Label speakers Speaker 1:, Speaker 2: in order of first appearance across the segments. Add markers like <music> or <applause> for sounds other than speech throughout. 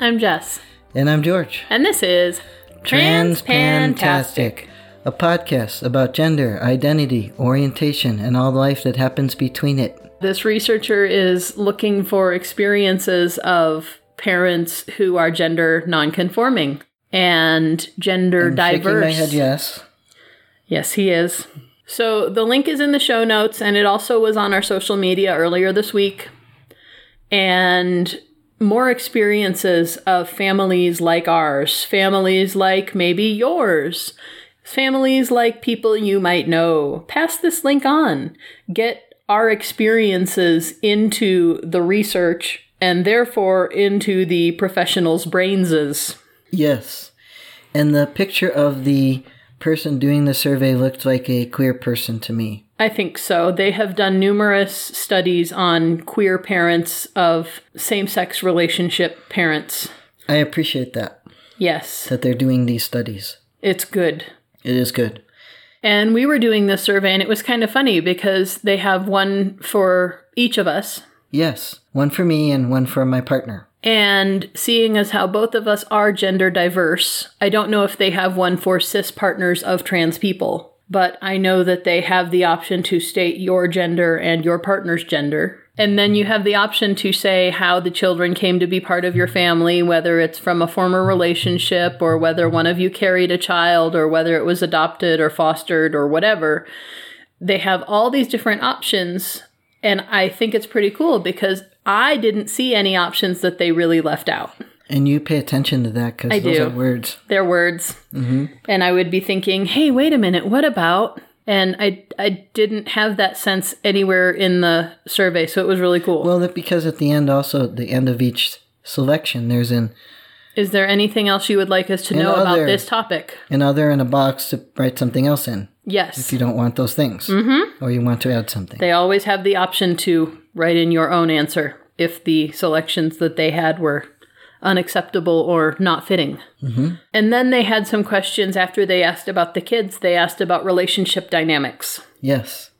Speaker 1: I'm Jess,
Speaker 2: And I'm George.
Speaker 1: and this is Transpantastic.
Speaker 2: Transpantastic, a podcast about gender, identity, orientation, and all the life that happens between it.
Speaker 1: This researcher is looking for experiences of parents who are gender nonconforming and gender
Speaker 2: I'm shaking
Speaker 1: diverse.
Speaker 2: my head, yes.
Speaker 1: Yes, he is. So the link is in the show notes, and it also was on our social media earlier this week. And more experiences of families like ours, families like maybe yours, families like people you might know. Pass this link on. Get our experiences into the research and therefore into the professionals' brainses.
Speaker 2: Yes. And the picture of the person doing the survey looked like a queer person to me.
Speaker 1: I think so. They have done numerous studies on queer parents of same sex relationship parents.
Speaker 2: I appreciate that,
Speaker 1: Yes,
Speaker 2: that they're doing these studies.
Speaker 1: it's good.
Speaker 2: It is good.
Speaker 1: And we were doing this survey, and it was kind of funny because they have one for each of us.
Speaker 2: Yes. One for me and one for my partner.
Speaker 1: And seeing as how both of us are gender diverse, I don't know if they have one for cis partners of trans people, but I know that they have the option to state your gender and your partner's gender. And then you have the option to say how the children came to be part of your family, whether it's from a former relationship or whether one of you carried a child or whether it was adopted or fostered or whatever. They have all these different options and I think it's pretty cool because I didn't see any options that they really left out.
Speaker 2: And you pay attention to that because those
Speaker 1: do.
Speaker 2: are words.
Speaker 1: Their words.
Speaker 2: Mm-hmm.
Speaker 1: And I would be thinking, hey, wait a minute, what about? And I, I didn't have that sense anywhere in the survey. So it was really cool.
Speaker 2: Well, that because at the end, also, at the end of each selection, there's an
Speaker 1: Is there anything else you would like us to know about
Speaker 2: other-
Speaker 1: this topic?
Speaker 2: another in a box to write something else in
Speaker 1: Yes.
Speaker 2: if you don't want those things mm-hmm. or you want to add something.
Speaker 1: They always have the option to write in your own answer if the selections that they had were unacceptable or not fitting. Mm-hmm. And then they had some questions after they asked about the kids, they asked about relationship dynamics.
Speaker 2: yes.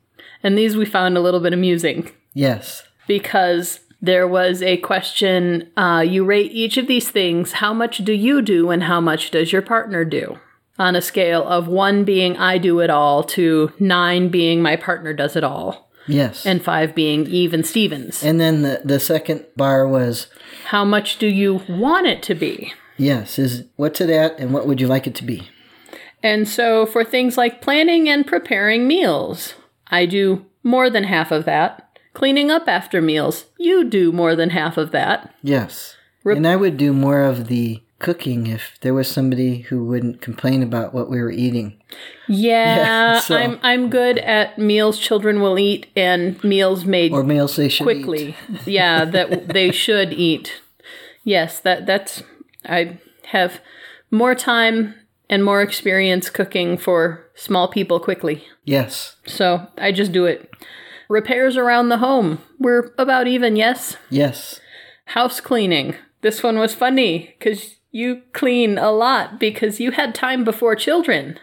Speaker 1: And these we found a little bit amusing
Speaker 2: Yes.
Speaker 1: because there was a question uh, you rate each of these things, how much do you do and how much does your partner do? On a scale of one being I do it all to nine being my partner does it all
Speaker 2: Yes.
Speaker 1: and five being Eve and Stevens.
Speaker 2: and then the, the second bar was
Speaker 1: How much do you want it to be?
Speaker 2: yes, is what's it at and what would you like it to be?
Speaker 1: And so for things like planning and preparing meals, I do more than half of that. Cleaning up after meals, you do more than half of that.
Speaker 2: Yes. and I would do more of the cooking if there was somebody who wouldn't complain about what we were eating.
Speaker 1: Yeah,
Speaker 2: <laughs> Yeah, so-
Speaker 1: I'm I'm good at meals children will eat and meals made
Speaker 2: Or meals they should eat.
Speaker 1: quickly. yeah, that they should eat. Yes, that that's I have more time and more experience cooking for small people quickly.
Speaker 2: Yes.
Speaker 1: So I just do it. Repairs around the home. We're about even, yes.
Speaker 2: Yes.
Speaker 1: House cleaning. This one was funny because you clean a lot because you had time before children.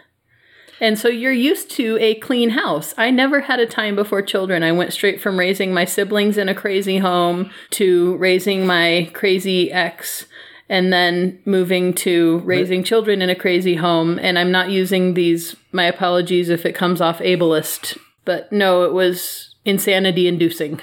Speaker 1: And so you're used to a clean house. I never had a time before children. I went straight from raising my siblings in a crazy home to raising my crazy ex and then moving to raising children in a crazy home. And I'm not using these, my apologies if it comes off ableist, but no, it was insanity inducing.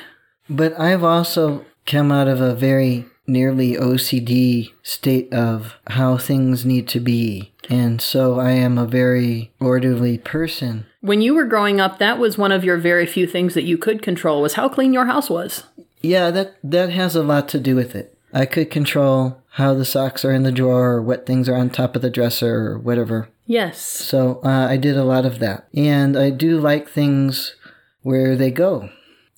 Speaker 2: But I've also come out of a very nearly OCD state of how things need to be. And so I am a very orderly person.
Speaker 1: When you were growing up, that was one of your very few things that you could control was how clean your house was.
Speaker 2: Yeah, that that has a lot to do with it. I could control how the socks are in the drawer or what things are on top of the dresser or whatever.
Speaker 1: Yes.
Speaker 2: So uh, I did a lot of that. And I do like things where they go.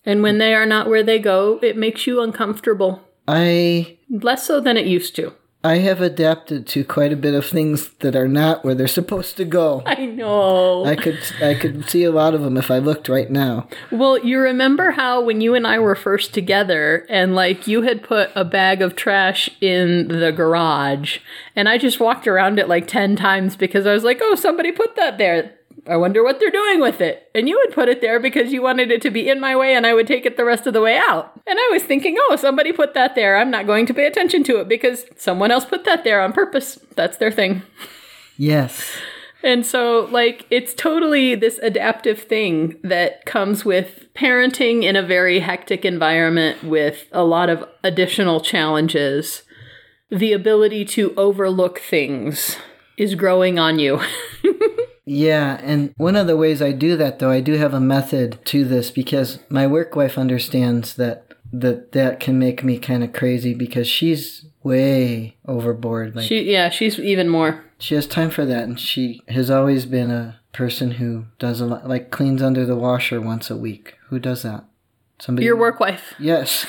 Speaker 1: And when they are not where they go, it makes you uncomfortable.
Speaker 2: I
Speaker 1: Less so than it used to.
Speaker 2: I have adapted to quite a bit of things that are not where they're supposed to go.
Speaker 1: I know.
Speaker 2: I could I could see a lot of them if I looked right now.
Speaker 1: well, you remember how when you and I were first together and like you had put a bag of trash in the garage and I just walked around it like 10 times because I was like, "Oh, somebody put that there." I wonder what they're doing with it. And you would put it there because you wanted it to be in my way and I would take it the rest of the way out. And I was thinking, oh, somebody put that there. I'm not going to pay attention to it because someone else put that there on purpose. That's their thing.
Speaker 2: Yes.
Speaker 1: And so, like, it's totally this adaptive thing that comes with parenting in a very hectic environment with a lot of additional challenges. The ability to overlook things is growing on you. <laughs>
Speaker 2: Yeah, and one of the ways I do that though, I do have a method to this because my work wife understands that that that can make me kind of crazy because she's way overboard. Like she,
Speaker 1: she, yeah, she's even more.
Speaker 2: has time for that, and she has always been a person who does a lot, like cleans under the washer once a week. Who does that? Somebody.
Speaker 1: Your work wife.
Speaker 2: Yes.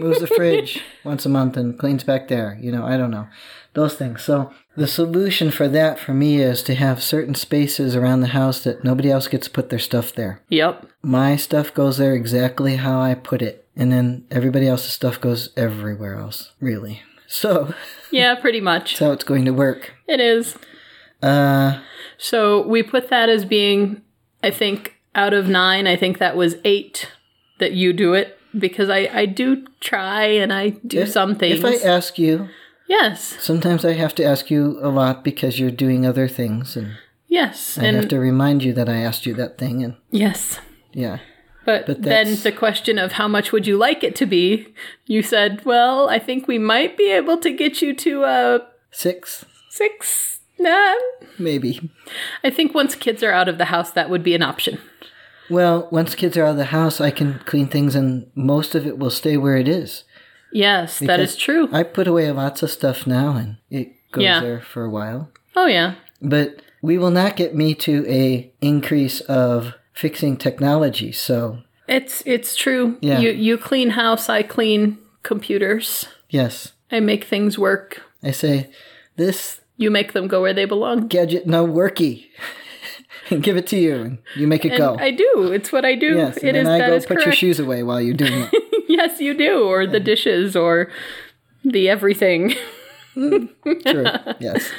Speaker 2: Moves the fridge once a month and cleans back there. You know, I don't know. Those things. So the solution for that for me is to have certain spaces around the house that nobody else gets to put their stuff there.
Speaker 1: Yep.
Speaker 2: My stuff goes there exactly how I put it, and then everybody else's stuff goes everywhere else, really. So
Speaker 1: Yeah, pretty much.
Speaker 2: that's how it's going to work.
Speaker 1: It is.
Speaker 2: Uh,
Speaker 1: So we put that as being, I think, out of nine, I think that was eight that you do it because I, I do try and I do some things.
Speaker 2: if I ask you,
Speaker 1: yes,
Speaker 2: sometimes I have to ask you a lot because you're doing other things, and
Speaker 1: yes,
Speaker 2: I
Speaker 1: and
Speaker 2: have to remind you that I asked you that thing, and
Speaker 1: yes.
Speaker 2: yeah.
Speaker 1: But, then
Speaker 2: that's-
Speaker 1: the question of how much would you like it to be, you said, well, I think we might be able to get you to a
Speaker 2: Six,
Speaker 1: six. Nah.
Speaker 2: maybe.
Speaker 1: I think once kids are out of the house, that would be an option.
Speaker 2: Well, once kids are out of the house, I can clean things, and most of it will stay where it is.
Speaker 1: Yes, that is true.
Speaker 2: I put away lots of stuff now, and it goes
Speaker 1: Yeah.
Speaker 2: there for a while.
Speaker 1: oh, yeah.
Speaker 2: but we will not get me to a increase of fixing technology so
Speaker 1: It's it's true.
Speaker 2: Yeah.
Speaker 1: You you clean house, I clean computers.
Speaker 2: yes
Speaker 1: I make things work.
Speaker 2: i say this
Speaker 1: You make them go where they belong.
Speaker 2: gadget no worky <laughs> and give it to you and you make it
Speaker 1: And
Speaker 2: go
Speaker 1: I do. It's what I do.
Speaker 2: Oh. yes
Speaker 1: it
Speaker 2: and
Speaker 1: is
Speaker 2: then
Speaker 1: that
Speaker 2: i go
Speaker 1: is
Speaker 2: put
Speaker 1: correct.
Speaker 2: your shoes away while you're doing it
Speaker 1: <laughs> yes, you do. Or the dishes or the everything.
Speaker 2: true yes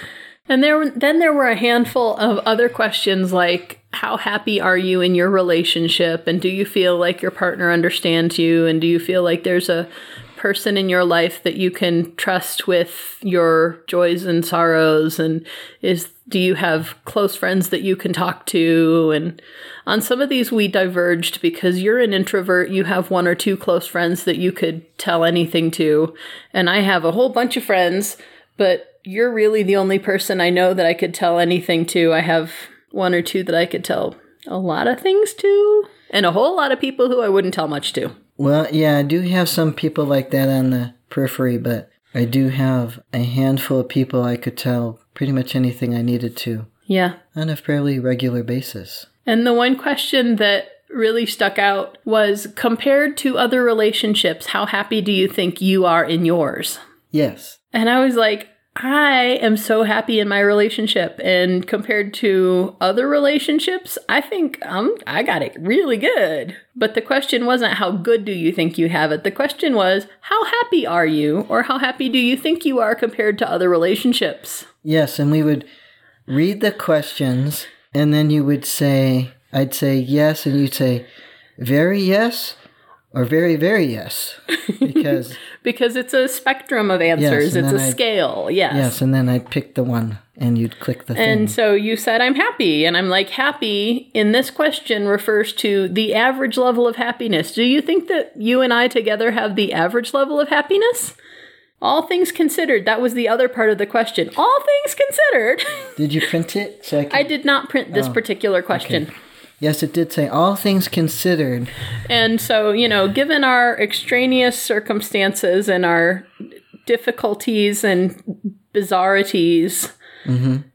Speaker 1: And there then there were a handful of other questions like how happy are you in your relationship and do you feel like your partner understands you and do you feel like there's a person in your life that you can trust with your joys and sorrows and is do you have close friends that you can talk to and on some of these we diverged because you're an introvert you have one or two close friends that you could tell anything to and I have a whole bunch of friends but you're really the only person I know that I could tell anything to. I have one or two that I could tell a lot of things to, and a whole lot of people who I wouldn't tell much to.
Speaker 2: well yeah i do have some people like that on the periphery but i do have a handful of people i could tell pretty much anything i needed to
Speaker 1: Yeah.
Speaker 2: on a fairly regular basis
Speaker 1: And the one question that really stuck out was compared to other relationships, how happy do you think you are in yours?
Speaker 2: yes
Speaker 1: And I was like, I am so happy in my relationship and compared to other relationships, I think um I got it really good. But the question wasn't how good do you think you have it? The question was how happy are you or how happy do you think you are compared to other relationships?
Speaker 2: Yes, and we would read the questions, and then you would say, I'd say yes, and you'd say, very yes, or very, very
Speaker 1: <laughs>
Speaker 2: yes. Because,
Speaker 1: Because it's a spectrum of answers,
Speaker 2: and
Speaker 1: it's a
Speaker 2: then I-
Speaker 1: scale. Yes.
Speaker 2: yes, and then I'd pick the one, and you'd click the
Speaker 1: And
Speaker 2: thing.
Speaker 1: so you said, I'm happy. And I'm like, happy in this question refers to the average level of happiness. Do you think that you and I together have the average level of happiness? All things considered, that was the other part of the question. All things considered, <laughs>
Speaker 2: Did you print it? So I, could,
Speaker 1: I did not print this particular question.
Speaker 2: yes, it did say, all things considered.
Speaker 1: And so, you know, given our extraneous circumstances and our difficulties and bizarrities,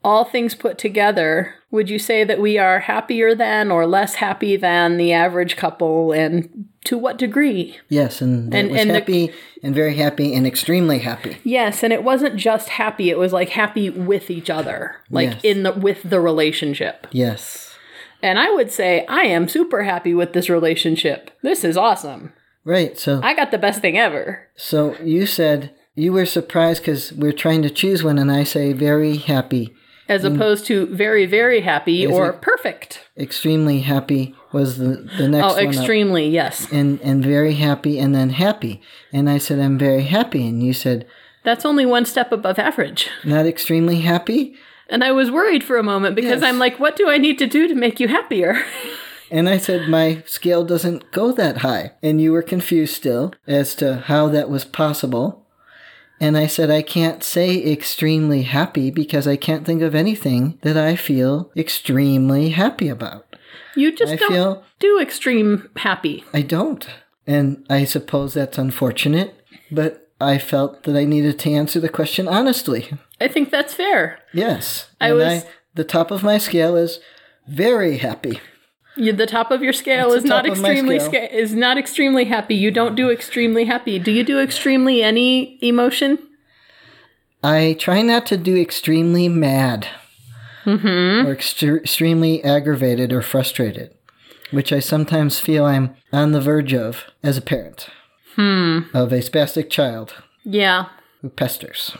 Speaker 1: all things put together, would you say that we are happier than or less happy than the average couple and to what degree?
Speaker 2: Yes, and,
Speaker 1: And-
Speaker 2: it was
Speaker 1: and the-
Speaker 2: happy, and very happy, and extremely happy.
Speaker 1: Yes, and it wasn't just happy, it was like happy with each other, like
Speaker 2: Yes.
Speaker 1: in the with the relationship.
Speaker 2: Yes.
Speaker 1: And I would say I am super happy with this relationship. This is awesome.
Speaker 2: Right, so
Speaker 1: I got the best thing ever.
Speaker 2: So you said you were surprised because we're trying to choose one, and I say very happy.
Speaker 1: as opposed to very, very happy
Speaker 2: Mm. Is
Speaker 1: or
Speaker 2: it-
Speaker 1: perfect.
Speaker 2: Extremely happy was the, the next
Speaker 1: Oh,
Speaker 2: one up.
Speaker 1: extremely, yes.
Speaker 2: And, and very happy and then happy. And I said, I'm very happy. And you said,
Speaker 1: That's only one step above average.
Speaker 2: not extremely happy?
Speaker 1: And I was worried for a moment because
Speaker 2: Yes.
Speaker 1: I'm like, what do I need to do to make you happier? <laughs>
Speaker 2: And I said, my scale doesn't go that high. And you were confused still as to how that was possible. And I said, I can't say extremely happy because I can't think of anything that I feel extremely happy about.
Speaker 1: You just
Speaker 2: I
Speaker 1: don't
Speaker 2: feel
Speaker 1: do extreme happy.
Speaker 2: I don't. And I suppose that's unfortunate, but I felt that I needed to answer the question honestly.
Speaker 1: I think that's fair.
Speaker 2: Yes.
Speaker 1: I
Speaker 2: and
Speaker 1: was-
Speaker 2: the top of my scale is very happy.
Speaker 1: You, the top of your scale
Speaker 2: That's
Speaker 1: is
Speaker 2: the
Speaker 1: not
Speaker 2: top of my
Speaker 1: extremely
Speaker 2: scale.
Speaker 1: sca- is not extremely happy. You don't do extremely happy. Do you do extremely any emotion?
Speaker 2: I try not to do extremely mad or extre- extremely aggravated or frustrated, which I sometimes feel I'm on the verge of as a parent of a spastic child
Speaker 1: Yeah.
Speaker 2: who pesters.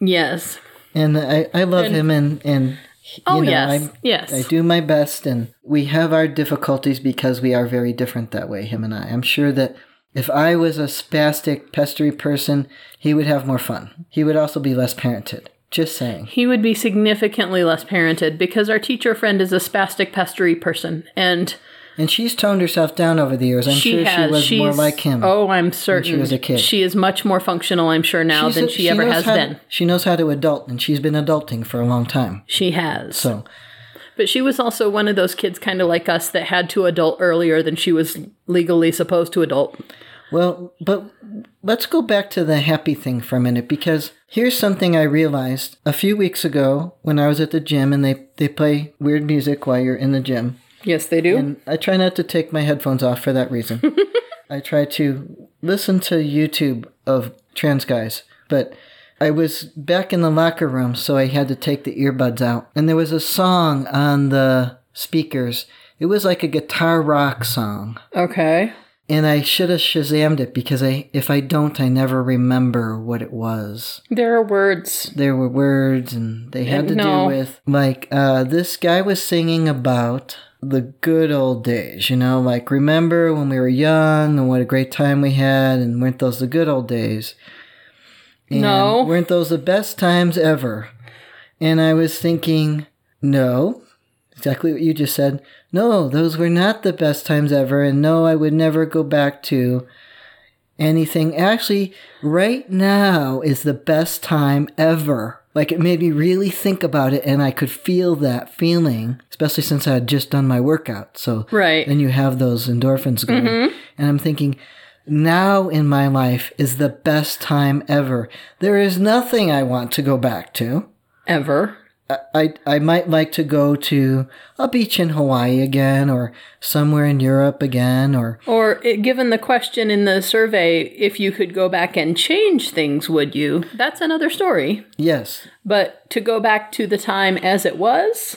Speaker 1: Yes.
Speaker 2: And I, I love him, and, and
Speaker 1: Oh
Speaker 2: you know,
Speaker 1: yes.
Speaker 2: I'm-
Speaker 1: yes.
Speaker 2: I do my best, and we have our difficulties because we are very different that way, him and I. I'm sure that if I was a spastic, pestery person, he would have more fun. He would also be less parented. Just saying.
Speaker 1: He would be significantly less parented because our teacher friend is a spastic pestery person and
Speaker 2: And she's toned herself down over the years. I'm
Speaker 1: she
Speaker 2: sure
Speaker 1: has
Speaker 2: she was
Speaker 1: she's
Speaker 2: more like him.
Speaker 1: Oh, I'm certain
Speaker 2: was a kid.
Speaker 1: she is much more functional, I'm sure now
Speaker 2: She's
Speaker 1: than
Speaker 2: a-
Speaker 1: she, ever
Speaker 2: knows
Speaker 1: has
Speaker 2: how to-
Speaker 1: been.
Speaker 2: She knows how to adult, and she's been adulting for a long time.
Speaker 1: She has.
Speaker 2: So,
Speaker 1: But she was also one of those kids kind of like us that had to adult earlier than she was legally supposed to adult.
Speaker 2: well, but let's go back to the happy thing for a minute because here's something I realized a few weeks ago when I was at the gym and they, they play weird music while you're in the gym.
Speaker 1: Yes, they do.
Speaker 2: And I try not to take my headphones off for that reason. I try to listen to YouTube of trans guys, but I was back in the locker room, so I had to take the earbuds out. And there was a song on the speakers. It was like a guitar rock song.
Speaker 1: okay.
Speaker 2: And I should have shazammed it because I, if I don't, I never remember what it was
Speaker 1: There are words.
Speaker 2: there were words and they had to
Speaker 1: No.
Speaker 2: do with like uh, this guy was singing about the good old days you know like remember when we were young and what a great time we had and weren't those the good old days and
Speaker 1: No.
Speaker 2: weren't those the best times ever and i was thinking no exactly what you just said no those were not the best times ever and no i would never go back to anything. Actually, right now is the best time ever. Like it made me really think about it and I could feel that feeling, especially since I had just done my workout. So
Speaker 1: Right.
Speaker 2: then you have those endorphins going. And I'm thinking, now in my life is the best time ever. There is nothing I want to go back to.
Speaker 1: Ever.
Speaker 2: I, I might like to go to a beach in Hawaii again or somewhere in Europe again or
Speaker 1: Or it, given the question in the survey, if you could go back and change things, would you? That's another story.
Speaker 2: yes,
Speaker 1: But to go back to the time as it was,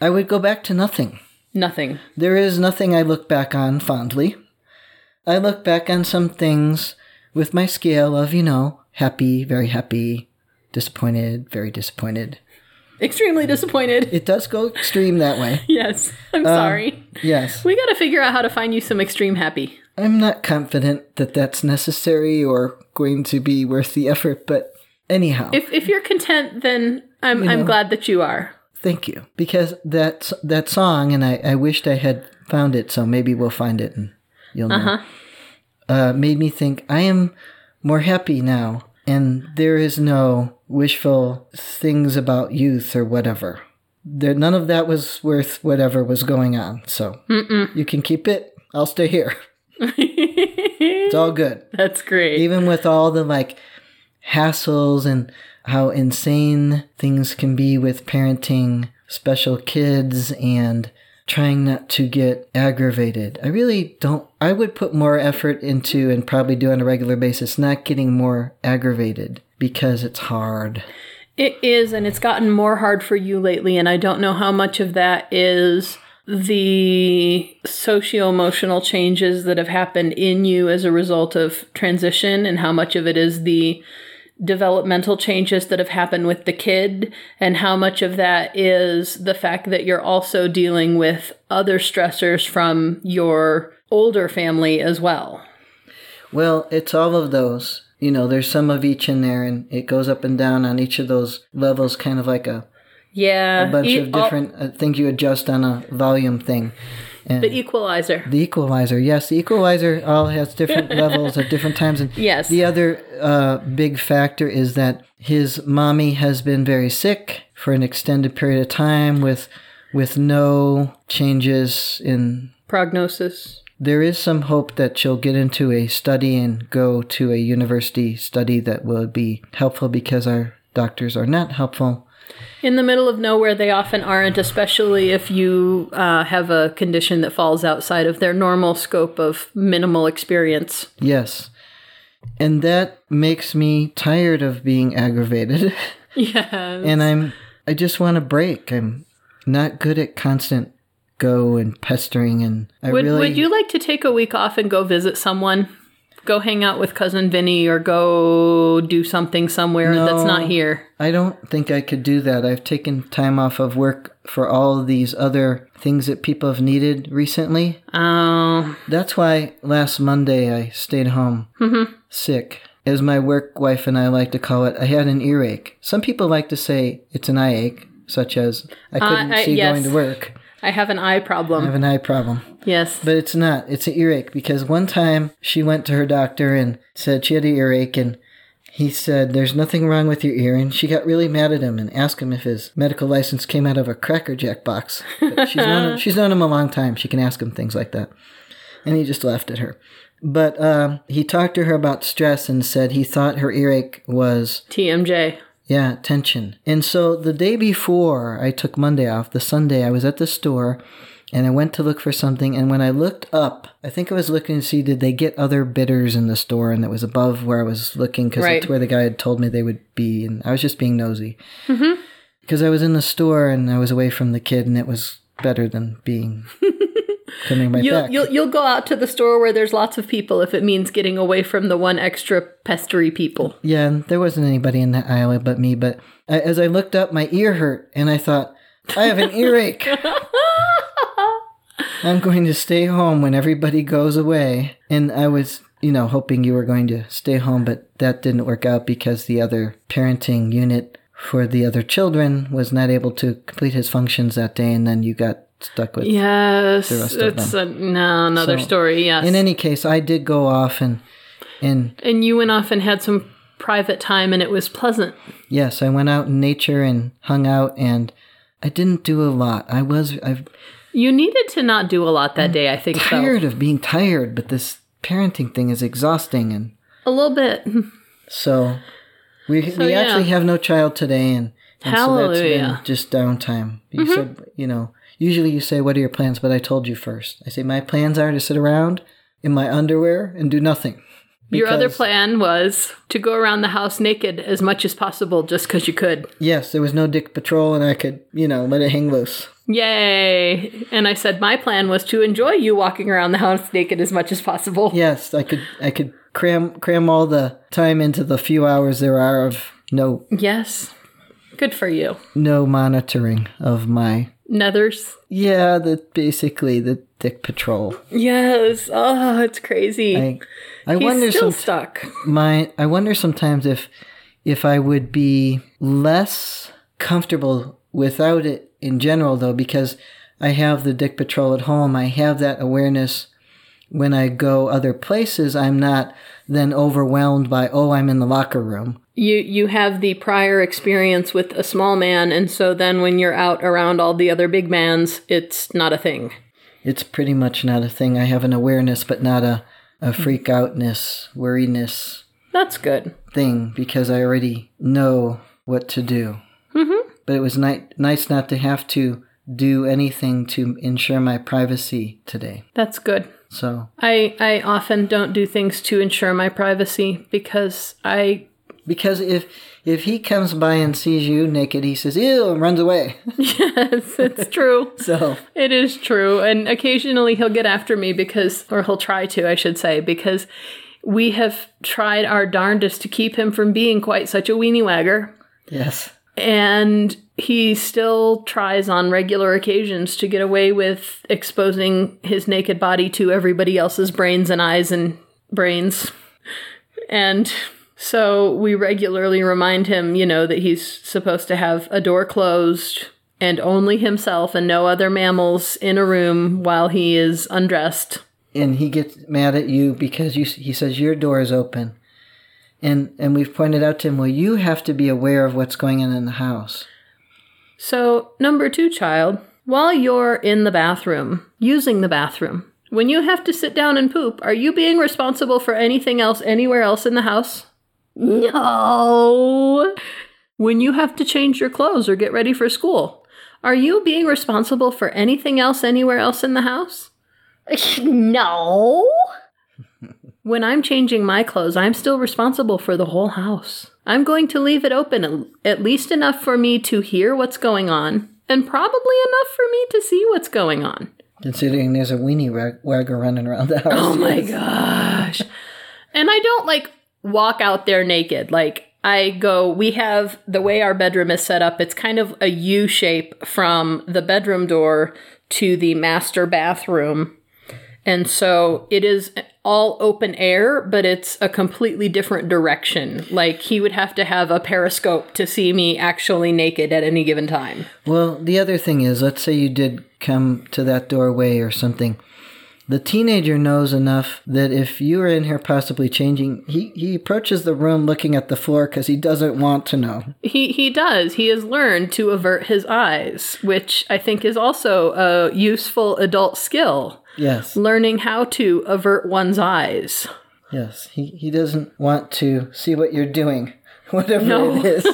Speaker 2: I would go back to nothing.
Speaker 1: nothing.
Speaker 2: There is nothing I look back on fondly. I look back on some things with my scale of, you know, happy, very happy, disappointed, very disappointed.
Speaker 1: Extremely disappointed. <laughs>
Speaker 2: It does go extreme that way.
Speaker 1: Yes, I'm sorry.
Speaker 2: Yes.
Speaker 1: We got to figure out how to find you some extreme happy.
Speaker 2: I'm not confident that that's necessary or going to be worth the effort, but anyhow,
Speaker 1: If if you're content, then I'm I'm glad that you are.
Speaker 2: thank you. Because that, that song, and I, I wished I had found it, so maybe we'll find it and you'll know.
Speaker 1: Uh-huh.
Speaker 2: uh, made me think I am more happy now, and there is no wishful things about youth or whatever. There, none of that was worth whatever was going on. So you can keep it. I'll stay here. It's all good,
Speaker 1: That's great.
Speaker 2: even with all the like hassles and how insane things can be with parenting special kids and trying not to get aggravated. I really don't, I would put more effort into and probably do on a regular basis, not getting more aggravated because it's hard.
Speaker 1: It is, and it's gotten more hard for you lately, and I don't know how much of that is the socio emotional changes that have happened in you as a result of transition, and how much of it is the developmental changes that have happened with the kid and how much of that is the fact that you're also dealing with other stressors from your older family as well.
Speaker 2: Well, it's all of those. You know, there's some of each in there, and it goes up and down on each of those levels, kind of like a,
Speaker 1: Yeah.
Speaker 2: a bunch
Speaker 1: e-
Speaker 2: of different uh, things you adjust on a volume thing.
Speaker 1: all- the equalizer.
Speaker 2: The equalizer, yes, the equalizer all has different levels at different times. And
Speaker 1: Yes.
Speaker 2: the other uh, big factor is that his mommy has been very sick for an extended period of time with with no changes in
Speaker 1: Prognosis.
Speaker 2: there is some hope that she'll get into a study and go to a university study that will be helpful because our doctors are not helpful.
Speaker 1: In the middle of nowhere, they often aren't, especially if you uh, have a condition that falls outside of their normal scope of minimal experience. <laughs>
Speaker 2: Yes. And that makes me tired of being aggravated. <laughs>
Speaker 1: Yeah.
Speaker 2: and I'm I just want a break. I'm not good at constant go and pestering and I
Speaker 1: Would,
Speaker 2: really
Speaker 1: would you like to take a week off and go visit someone? Go hang out with cousin Vinny or go do something somewhere that's
Speaker 2: No.
Speaker 1: not here.
Speaker 2: I don't think I could do that. I've taken time off of work for all of these other things that people have needed recently.
Speaker 1: Oh,
Speaker 2: That's why last Monday I stayed home
Speaker 1: Mm-hmm.
Speaker 2: sick. As my work wife and I like to call it, I had an earache. Some people like to say it's an eye ache, such as I couldn't
Speaker 1: I-
Speaker 2: see
Speaker 1: Uh, yes.
Speaker 2: going to work.
Speaker 1: I have an eye
Speaker 2: I
Speaker 1: problem.
Speaker 2: have an eye problem.
Speaker 1: yes.
Speaker 2: But it's not. It's an earache because one time she went to her doctor and said she had an earache and he said, There's nothing wrong with your ear. And she got really mad at him and asked him if his medical license came out of a Cracker Jack box. But she's, known, she's known him a long time. She can ask him things like that. And he just laughed at her. But um, he talked to her about stress and said he thought her earache was
Speaker 1: TMJ.
Speaker 2: yeah, tension. And so the day before I took Monday off, the Sunday, I was at the store and I went to look for something. And when I looked up, I think I was looking to see did they get other bidders in the store and that was above where I was looking because
Speaker 1: Right.
Speaker 2: that's where the guy had told me they would be. And I was just being nosy.
Speaker 1: Mm-hmm.
Speaker 2: Because I was in the store and I was away from the kid and it was better than
Speaker 1: <laughs>
Speaker 2: being coming right
Speaker 1: You'll,
Speaker 2: back.
Speaker 1: you'll, you'll go out to the store where there's lots of people if it means getting away from the one extra pestery people.
Speaker 2: Yeah, and there wasn't anybody in that aisle but me. But I, as I looked up, my ear hurt, and I thought, I have an earache. I'm going to stay home when everybody goes away. And I was, you know, hoping you were going to stay home, but that didn't work out because the other parenting unit for the other children was not able to complete his functions that day, and then you got stuck with.
Speaker 1: Yes.
Speaker 2: rest of
Speaker 1: It's a, no, another
Speaker 2: So,
Speaker 1: story. Yes.
Speaker 2: In any case, I did go off and and
Speaker 1: and you went off and had some private time and it was pleasant.
Speaker 2: Yes, I went out in nature and hung out, and I didn't do a lot. I was I'm
Speaker 1: You needed to not do a lot that day, I think so.
Speaker 2: tired of being tired, but this parenting thing is exhausting, and
Speaker 1: A little bit. <laughs>
Speaker 2: so we we
Speaker 1: yeah.
Speaker 2: actually have no child today, and, and so that's
Speaker 1: Hallelujah. Mm-hmm.
Speaker 2: been just downtime. You said you know usually you say what are your plans, but I told you first. I say my plans are to sit around in my underwear and do nothing.
Speaker 1: Your other
Speaker 2: Because-
Speaker 1: plan was to go around the house naked as much as possible just because you could.
Speaker 2: Yes, there was no dick patrol, and I could you know let it hang loose.
Speaker 1: Yay! And I said my plan was to enjoy you walking around the house naked as much as possible.
Speaker 2: Yes, I could I could cram cram all the time into the few hours there are of no
Speaker 1: Yes. Good for you.
Speaker 2: no monitoring of my
Speaker 1: Nethers.
Speaker 2: yeah the basically the dick patrol.
Speaker 1: Yes. Oh, it's crazy.
Speaker 2: I I
Speaker 1: He's
Speaker 2: wonder
Speaker 1: still
Speaker 2: some
Speaker 1: stuck.
Speaker 2: my I wonder sometimes if if I would be less comfortable without it in general though because I have the dick patrol at home. I have that awareness when I go other places. I'm not then overwhelmed by oh I'm in the locker room.
Speaker 1: You you have the prior experience with a small man, and so then when you're out around all the other big mans, it's not a thing.
Speaker 2: it's pretty much not a thing. I have an awareness, but not a, a freak outness, worriness
Speaker 1: That's good.
Speaker 2: thing because I already know what to do. Mm-hmm. But it was ni- nice not to have to do anything to ensure my privacy today.
Speaker 1: That's good.
Speaker 2: So,
Speaker 1: I I often don't do things to ensure my privacy because I <laughs>
Speaker 2: because if if he comes by and sees you naked, he says ew and runs away. <laughs>
Speaker 1: yes, <laughs> it's true.
Speaker 2: so,
Speaker 1: It is true. And occasionally he'll get after me because or he'll try to, I should say, because we have tried our darndest to keep him from being quite such a weenie wagger.
Speaker 2: Yes.
Speaker 1: And he still tries on regular occasions to get away with exposing his naked body to everybody else's brains and eyes and brains. And so we regularly remind him, you know, that he's supposed to have a door closed and only himself and no other mammals in a room while he is undressed.
Speaker 2: And he gets mad at you because you, he says your door is open. And, and we've pointed out to him, well, you have to be aware of what's going on in the house.
Speaker 1: So, number two, child, while you're in the bathroom, using the bathroom, when you have to sit down and poop, are you being responsible for anything else anywhere else in the house? No. When you have to change your clothes or get ready for school, are you being responsible for anything else anywhere else in the house?
Speaker 3: No.
Speaker 1: When I'm changing my clothes, I'm still responsible for the whole house. I'm going to leave it open at- at least enough for me to hear what's going on, and probably enough for me to see what's going on.
Speaker 2: Considering there's a weenie wag- wagger running around the house.
Speaker 1: Oh my gosh. And I don't like walk out there naked. Like I go, we have the way our bedroom is set up, it's kind of a U shape from the bedroom door to the master bathroom. And so it is all open air, but it's a completely different direction. Like he would have to have a periscope to see me actually naked at any given time.
Speaker 2: Well, the other thing is, let's say you did come to that doorway or something. The teenager knows enough that if you are in here possibly changing, he, he approaches the room looking at the floor because he doesn't want to know.
Speaker 1: He he does. He has learned to avert his eyes, which I think is also a useful adult skill.
Speaker 2: Yes,
Speaker 1: Learning how to avert one's eyes.
Speaker 2: yes. He, he doesn't want to see what you're doing, <laughs> whatever
Speaker 1: No.
Speaker 2: it is.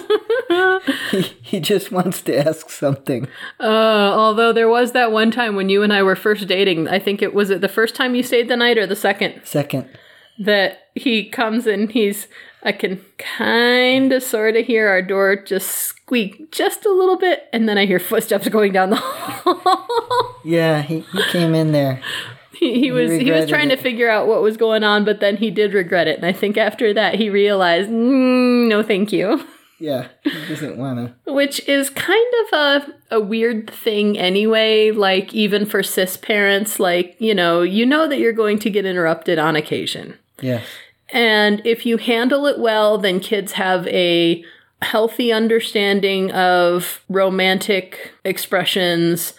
Speaker 1: <laughs>
Speaker 2: he, he just wants to ask something.
Speaker 1: Uh, although there was that one time when you and I were first dating, I think it was it the first time you stayed the night or the second
Speaker 2: Second,
Speaker 1: that he comes and he's I can kind of sort of hear our door just squeak just a little bit, and then I hear footsteps going down the hall.
Speaker 2: yeah, he, he came in there.
Speaker 1: <laughs> he, he was he was
Speaker 2: regretted
Speaker 1: trying
Speaker 2: it.
Speaker 1: to figure out what was going on, but then he did regret it, and I think after that he realized, mm, no, thank you, <laughs>
Speaker 2: Yeah, he doesn't want to.
Speaker 1: which is kind of a a weird thing anyway. Like even for cis parents, like you know, you know that you're going to get interrupted on occasion.
Speaker 2: Yes.
Speaker 1: And if you handle it well, then kids have a healthy understanding of romantic expressions,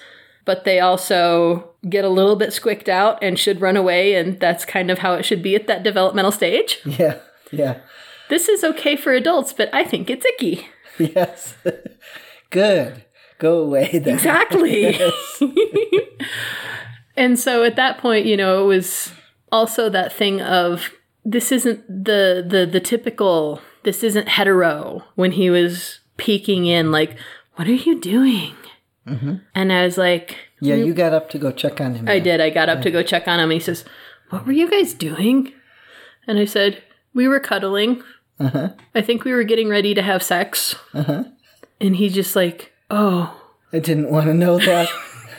Speaker 1: but they also get a little bit squicked out and should run away. And that's kind of how it should be at that developmental stage.
Speaker 2: Yeah, yeah.
Speaker 1: This is okay for adults, but I think it's icky.
Speaker 2: Yes. <laughs> Good. Go away then.
Speaker 1: Exactly. and so at that point, you know, it was also that thing of this isn't the the the typical this isn't hetero when he was peeking in like what are you doing? And I was like
Speaker 2: Yeah, you got up to go check on him.
Speaker 1: I did. I got up to go check on him and he says, "What were you guys doing?" And I said, "We were cuddling.
Speaker 2: Uh-huh.
Speaker 1: I think we were getting ready to have sex." And he just like, "Oh."
Speaker 2: I didn't want to know that.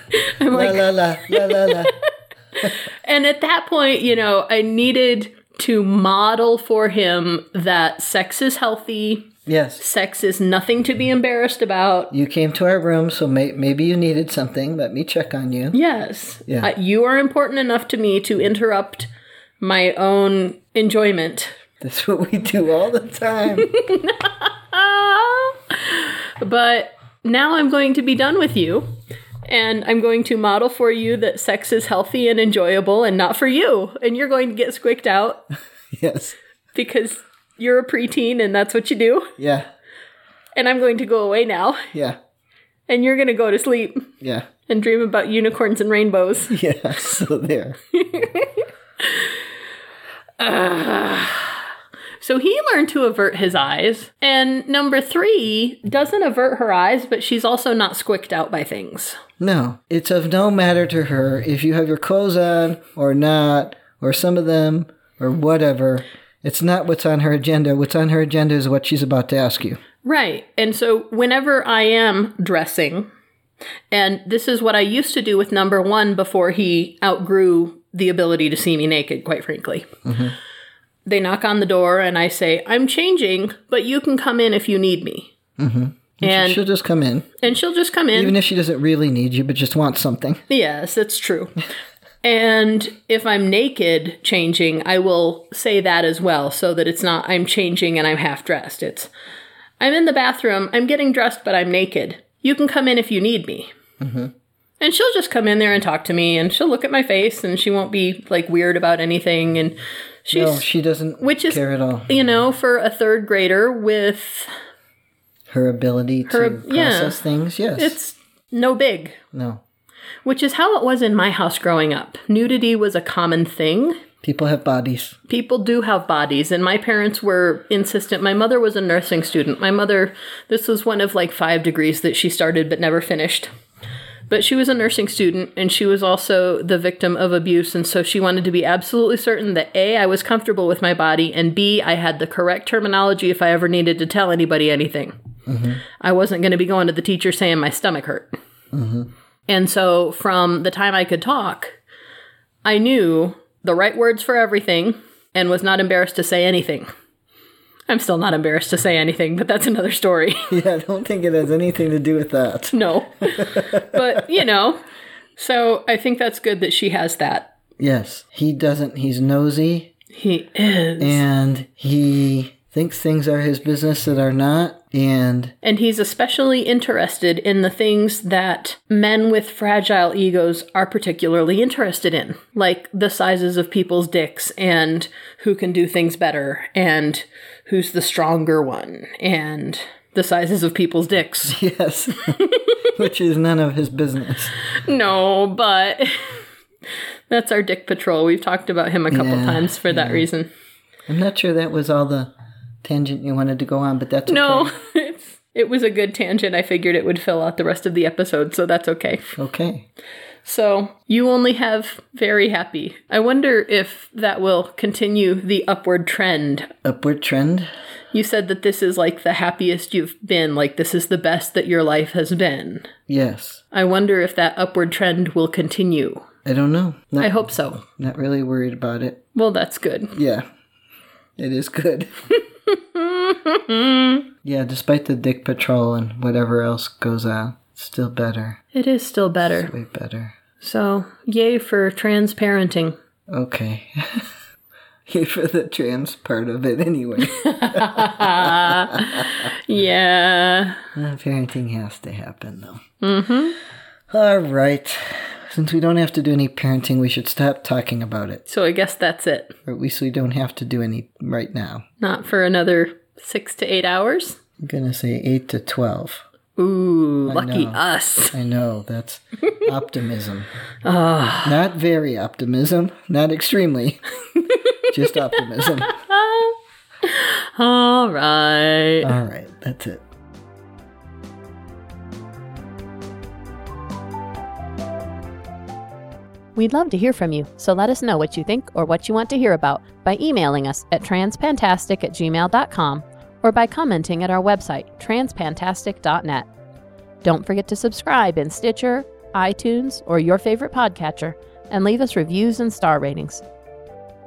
Speaker 1: <laughs> I'm
Speaker 2: la,
Speaker 1: like,
Speaker 2: la la la la
Speaker 1: <laughs>
Speaker 2: la.
Speaker 1: And at that point, you know, I needed to model for him that sex is healthy,
Speaker 2: Yes.
Speaker 1: sex is nothing to be embarrassed about.
Speaker 2: You came to our room, so may- maybe you needed something. Let me check on you.
Speaker 1: Yes.
Speaker 2: Yeah.
Speaker 1: Uh, you are important enough to me to interrupt my own enjoyment.
Speaker 2: That's what we do all the time.
Speaker 1: Ah. But now I'm going to be done with you. And I'm going to model for you that sex is healthy and enjoyable and not for you. And you're going to get squicked out
Speaker 2: yes.
Speaker 1: because you're a preteen and that's what you do.
Speaker 2: Yeah.
Speaker 1: and I'm going to go away now,
Speaker 2: Yeah.
Speaker 1: and you're going to go to sleep
Speaker 2: Yeah.
Speaker 1: and dream about unicorns and
Speaker 2: <laughs>
Speaker 1: rainbows.
Speaker 2: Yeah. So there.
Speaker 1: So he learned to avert his eyes. And number three doesn't avert her eyes, but she's also not squicked out by things.
Speaker 2: No, it's of no matter to her if you have your clothes on or not, or some of them, or whatever. It's not what's on her agenda. What's on her agenda is what she's about to ask you.
Speaker 1: Right. And so whenever I am dressing, and this is what I used to do with number one before he outgrew the ability to see me naked, quite frankly. They knock on the door, and I say, I'm changing, but you can come in if you need me. Mm-hmm. And,
Speaker 2: She'll just come in,
Speaker 1: and she'll just come in.
Speaker 2: even if she doesn't really need you, but just wants something.
Speaker 1: Yes, that's true. and if I'm naked changing, I will say that as well so that it's not I'm changing and I'm half dressed. It's I'm in the bathroom, I'm getting dressed, but I'm naked. You can come in if you need me. And she'll just come in there and talk to me and she'll look at my face and she won't be like weird about anything. And she's,
Speaker 2: No, she doesn't
Speaker 1: Which is-
Speaker 2: care at all.
Speaker 1: you know, for a third grader with
Speaker 2: Her ability to
Speaker 1: Her- yeah.
Speaker 2: process things, yes.
Speaker 1: it's no big,
Speaker 2: no.
Speaker 1: which is how it was in my house growing up. Nudity was a common thing.
Speaker 2: People have bodies. <laughs>
Speaker 1: people do have bodies and my parents were insistent my mother was a nursing student my mother this was one of like five degrees that she started but never finished but she was a nursing student and she was also the victim of abuse and so she wanted to be absolutely certain that a i was comfortable with my body and b i had the correct terminology if i ever needed to tell anybody anything i wasn't going to be going to the teacher saying my stomach hurt and so from the time i could talk I knew the right words for everything and was not embarrassed to say anything. I'm still not embarrassed to say anything, but that's another story. <laughs>
Speaker 2: Yeah, I don't think it has anything to do with that.
Speaker 1: no. but, you know, so I think that's good that she has that.
Speaker 2: Yes, he doesn't. He's nosy
Speaker 1: He is.
Speaker 2: and he thinks things are his business that are not. And <laughs>
Speaker 1: And he's especially interested in the things that men with fragile egos are particularly interested in, like the sizes of people's dicks and who can do things better and who's the stronger one and the sizes of people's dicks.
Speaker 2: yes, <laughs> which is none of his business.
Speaker 1: No, but <laughs> that's our Dick Patrol. We've talked about him a couple
Speaker 2: Yeah,
Speaker 1: times for that reason.
Speaker 2: I'm not sure that was all the tangent you wanted to go on, but that's
Speaker 1: No, <laughs> it's it was a good tangent. I figured it would fill out the rest of the episode, so that's okay.
Speaker 2: okay.
Speaker 1: So you only have very happy. I wonder if that will continue the upward trend.
Speaker 2: Upward trend.
Speaker 1: You said that this is like the happiest you've been, like this is the best that your life has been.
Speaker 2: Yes,
Speaker 1: I wonder if that upward trend will continue.
Speaker 2: I don't know. Not,
Speaker 1: I hope so.
Speaker 2: not really worried about it.
Speaker 1: Well, that's good.
Speaker 2: Yeah, it is good. <laughs> yeah, despite the Dick Patrol and whatever else goes on, it's still better.
Speaker 1: It is still better.
Speaker 2: Way better.
Speaker 1: So, yay for transparenting.
Speaker 2: Okay. <laughs> Here for the trans part of
Speaker 1: <laughs>
Speaker 2: it, anyway.
Speaker 1: Yeah.
Speaker 2: Uh, Parenting has to happen, though. Mm-hmm. All right. Since we don't have to do any parenting, we should stop talking about it.
Speaker 1: So, I guess that's it.
Speaker 2: Or at least we don't have to do any right now.
Speaker 1: Not for another six to eight hours.
Speaker 2: I'm going to say 8 to 12.
Speaker 1: Ooh, lucky
Speaker 2: know.
Speaker 1: us.
Speaker 2: I know, that's
Speaker 1: <laughs>
Speaker 2: optimism.
Speaker 1: Ah.
Speaker 2: Not very optimism,
Speaker 1: <laughs>
Speaker 2: not extremely. Just optimism.
Speaker 1: All right.
Speaker 2: All right, that's it.
Speaker 4: We'd love to hear from you, so let us know what you think or what you want to hear about by emailing us at transpantastic at gmail.com or by commenting at our website, transpantastic.net. Don't forget to subscribe in Stitcher, iTunes, or your favorite podcatcher and leave us reviews and star ratings.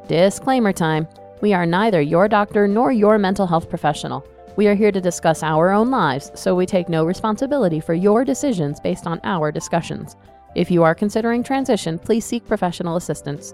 Speaker 4: Disclaimer time we are neither your doctor nor your mental health professional. We are here to discuss our own lives, so we take no responsibility for your decisions based on our discussions. If you are considering transition, please seek professional assistance.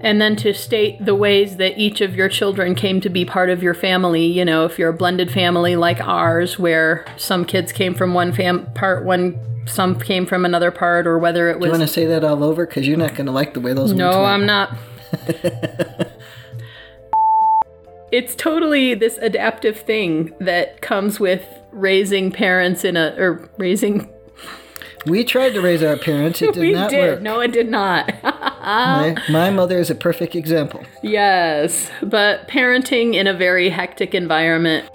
Speaker 1: And then to state the ways that each of your children came to be part of your family. You know, if you're a blended family like ours, where some kids came from one fam- part, one some came from another part, or whether it
Speaker 2: You
Speaker 1: was
Speaker 2: want to say that all over? Because you're not going to like the way those words
Speaker 1: No,
Speaker 2: went.
Speaker 1: I'm not.
Speaker 2: <laughs>
Speaker 1: it's totally this adaptive thing that comes with raising parents in a or raising <laughs>
Speaker 2: We tried to raise our parents. It did
Speaker 1: we
Speaker 2: not
Speaker 1: did
Speaker 2: work.
Speaker 1: no Uh. it did not <laughs>
Speaker 2: my, my mother is a perfect example.
Speaker 1: yes but parenting in a very hectic environment